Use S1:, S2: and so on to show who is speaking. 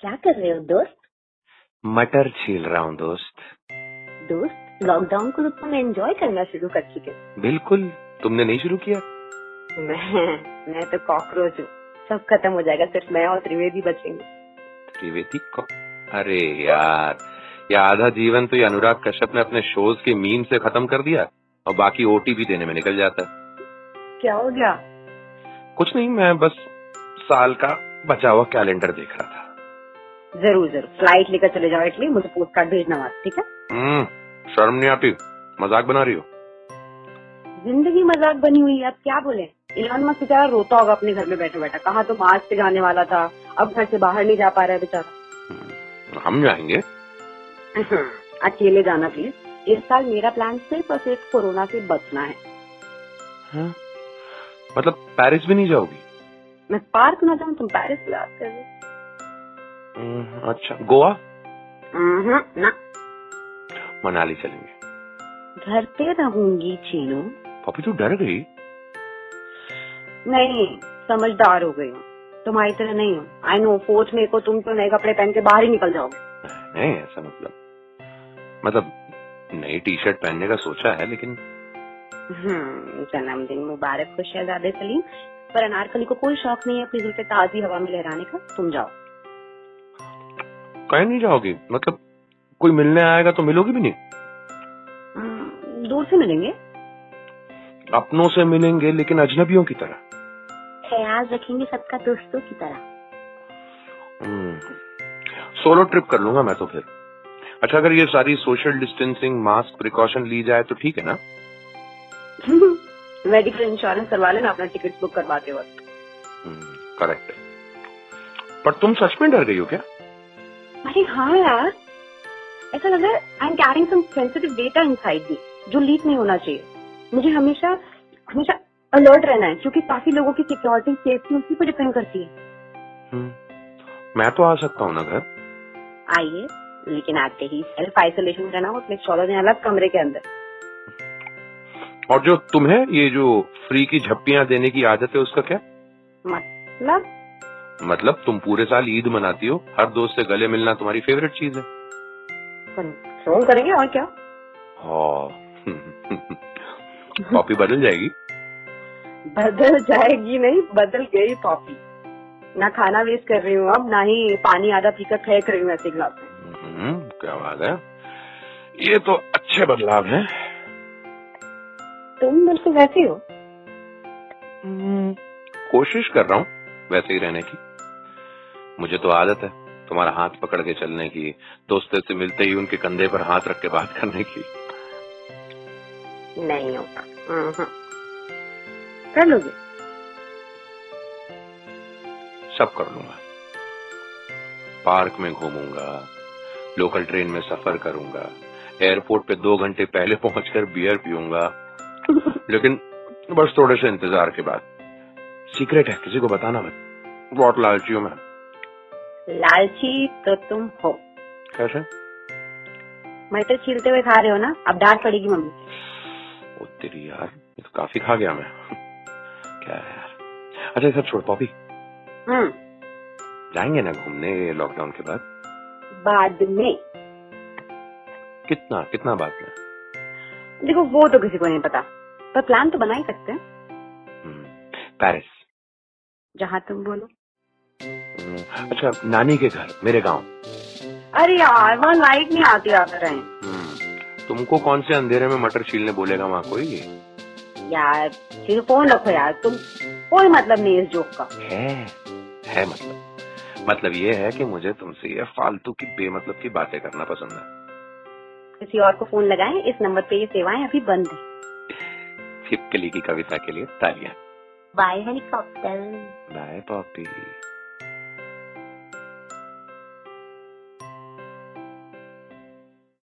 S1: क्या कर रहे हो दोस्त
S2: मटर छील रहा हूँ दोस्त
S1: दोस्त लॉकडाउन को तो तुम एंजॉय करना शुरू कर चुके हो।
S2: बिल्कुल तुमने नहीं शुरू किया
S1: मैं मैं तो कॉकरोच हूँ सब खत्म हो जाएगा सिर्फ मैं और त्रिवेदी बचेंगे
S2: त्रिवेदी को अरे यार ये आधा जीवन तो ये अनुराग कश्यप ने अपने शोज के मीम से खत्म कर दिया और बाकी ओटी भी देने में निकल जाता
S1: क्या हो गया
S2: कुछ नहीं मैं बस साल का बचा हुआ कैलेंडर देख रहा था
S1: जरूर जरूर फ्लाइट लेकर चले जाओ इटली मुझे पोस्ट कार्ड भेजना मत ठीक है
S2: हम्म, शर्म नहीं आती मजाक बना रही हो
S1: जिंदगी मजाक बनी हुई है अब क्या बोले इलान मस्क बेचारा रोता होगा अपने घर में बैठे बैठा कहा तो मार्च पे जाने वाला था अब घर से बाहर नहीं जा पा रहा है बेचारा हम्म,
S2: हम्म, हम जाएंगे
S1: अकेले जाना प्लीज इस साल मेरा प्लान सिर्फ और सिर्फ कोरोना से बचना है
S2: हाँ? मतलब पेरिस भी नहीं जाओगी
S1: मैं पार्क ना जाऊँ तुम पेरिस की बात कर रहे हो।
S2: हम्म, अच्छा गोवा
S1: अहं, हम्म, ना
S2: मनाली चलेंगे
S1: घर पे रहूंगी चीनू
S2: पॉपी तू डर गई
S1: नहीं समझदार हो गई हूँ तुम्हारी तरह नहीं हूँ आई नो फोर्थ में को तुम तो नए कपड़े पहन के बाहर ही निकल जाओगे
S2: नहीं ऐसा मतलब मतलब नई टी शर्ट पहनने का सोचा है लेकिन
S1: हम्म, जन्मदिन मुबारक हो शहजादे सलीम पर अनारकली को कोई शौक नहीं है अपनी जुल्फे ताजी हवा में लहराने का तुम जाओ
S2: कहीं नहीं जाओगी मतलब कोई मिलने आएगा तो मिलोगी भी नहीं
S1: हम्म, दूर से मिलेंगे
S2: अपनों से मिलेंगे लेकिन अजनबियों की तरह
S1: ख्याल रखेंगे सबका दोस्तों की तरह
S2: हम्म, सोलो ट्रिप कर लूंगा मैं तो फिर अच्छा अगर ये सारी सोशल डिस्टेंसिंग मास्क प्रिकॉशन ली जाए तो ठीक है ना
S1: मेडिकल इंश्योरेंस करवा लेना अपना टिकट बुक करवाते वक्त
S2: करेक्ट हम्म, पर तुम सच में डर गई हो क्या
S1: अरे हाँ यार ऐसा लग रहा है I am caring some sensitive data inside me जो लीक नहीं होना चाहिए मुझे हमेशा हमेशा अलर्ट रहना है क्योंकि काफी लोगों की सिक्योरिटी सेफ्टी उसी पर डिपेंड करती है
S2: हम्म, मैं तो आ सकता हूँ ना घर
S1: आइए लेकिन आते ही सेल्फ आइसोलेशन रहना हो तो चौदह दिन अलग कमरे के अंदर
S2: और जो तुम्हें ये जो फ्री की झप्पियां देने की आदत है उसका क्या
S1: मतलब
S2: मतलब तुम पूरे साल ईद मनाती हो हर दोस्त से गले मिलना तुम्हारी फेवरेट चीज है
S1: कंट्रोल करेंगे और क्या
S2: हाँ। कॉपी बदल जाएगी
S1: बदल जाएगी नहीं बदल गई कॉपी ना खाना वेस्ट कर रही हूँ अब ना ही पानी आधा पीकर फेंक रही हूँ ऐसे ग्लास में
S2: हम्म, क्या बात है ये तो अच्छे बदलाव हैं
S1: तुम बिल्कुल वैसे ही हो
S2: हम्म, कोशिश कर रहा हूँ वैसे ही रहने की मुझे तो आदत है तुम्हारा हाथ पकड़ के चलने की दोस्तों से मिलते ही उनके कंधे पर हाथ रख के बात करने की
S1: नहीं होगा अहं। कर लोगे
S2: सब कर लूंगा पार्क में घूमूंगा लोकल ट्रेन में सफर करूंगा एयरपोर्ट पे दो घंटे पहले पहुंचकर बियर पीऊंगा लेकिन बस थोड़े से इंतजार के बाद सीक्रेट है किसी को बताना मत बहुत लालची हूं मैं
S1: लालची तो तुम हो
S2: कैसे
S1: मटर छीलते हुए खा रहे हो ना अब डांट पड़ेगी मम्मी से।
S2: ओ तेरी यार ये तो काफी खा गया मैं क्या है यार अच्छा ये सब छोड़ पॉपी
S1: हम्म,
S2: जाएंगे ना घूमने लॉकडाउन के बाद
S1: बाद में
S2: कितना कितना बात में
S1: देखो वो तो किसी को नहीं पता पर प्लान तो बना ही सकते हैं
S2: हम्म, पेरिस
S1: जहाँ तुम बोलो
S2: हम्म, अच्छा नानी के घर मेरे गाँव
S1: अरे यार वहाँ लाइट नहीं आती आ रहे
S2: हम्म, तुमको कौन से अंधेरे में मटर छीलने बोलेगा वहाँ कोई
S1: यार फिर फोन रखो यार तुम कोई मतलब नहीं इस जोक का
S2: है है मतलब मतलब ये है कि मुझे तुमसे ये फालतू की बेमतलब की बातें करना पसंद है
S1: किसी और को फोन लगाएं इस नंबर पे ये सेवाएं अभी बंद है
S2: छिपकली की कविता के लिए तालियां
S1: बाय हेलीकॉप्टर
S2: बाय पॉपी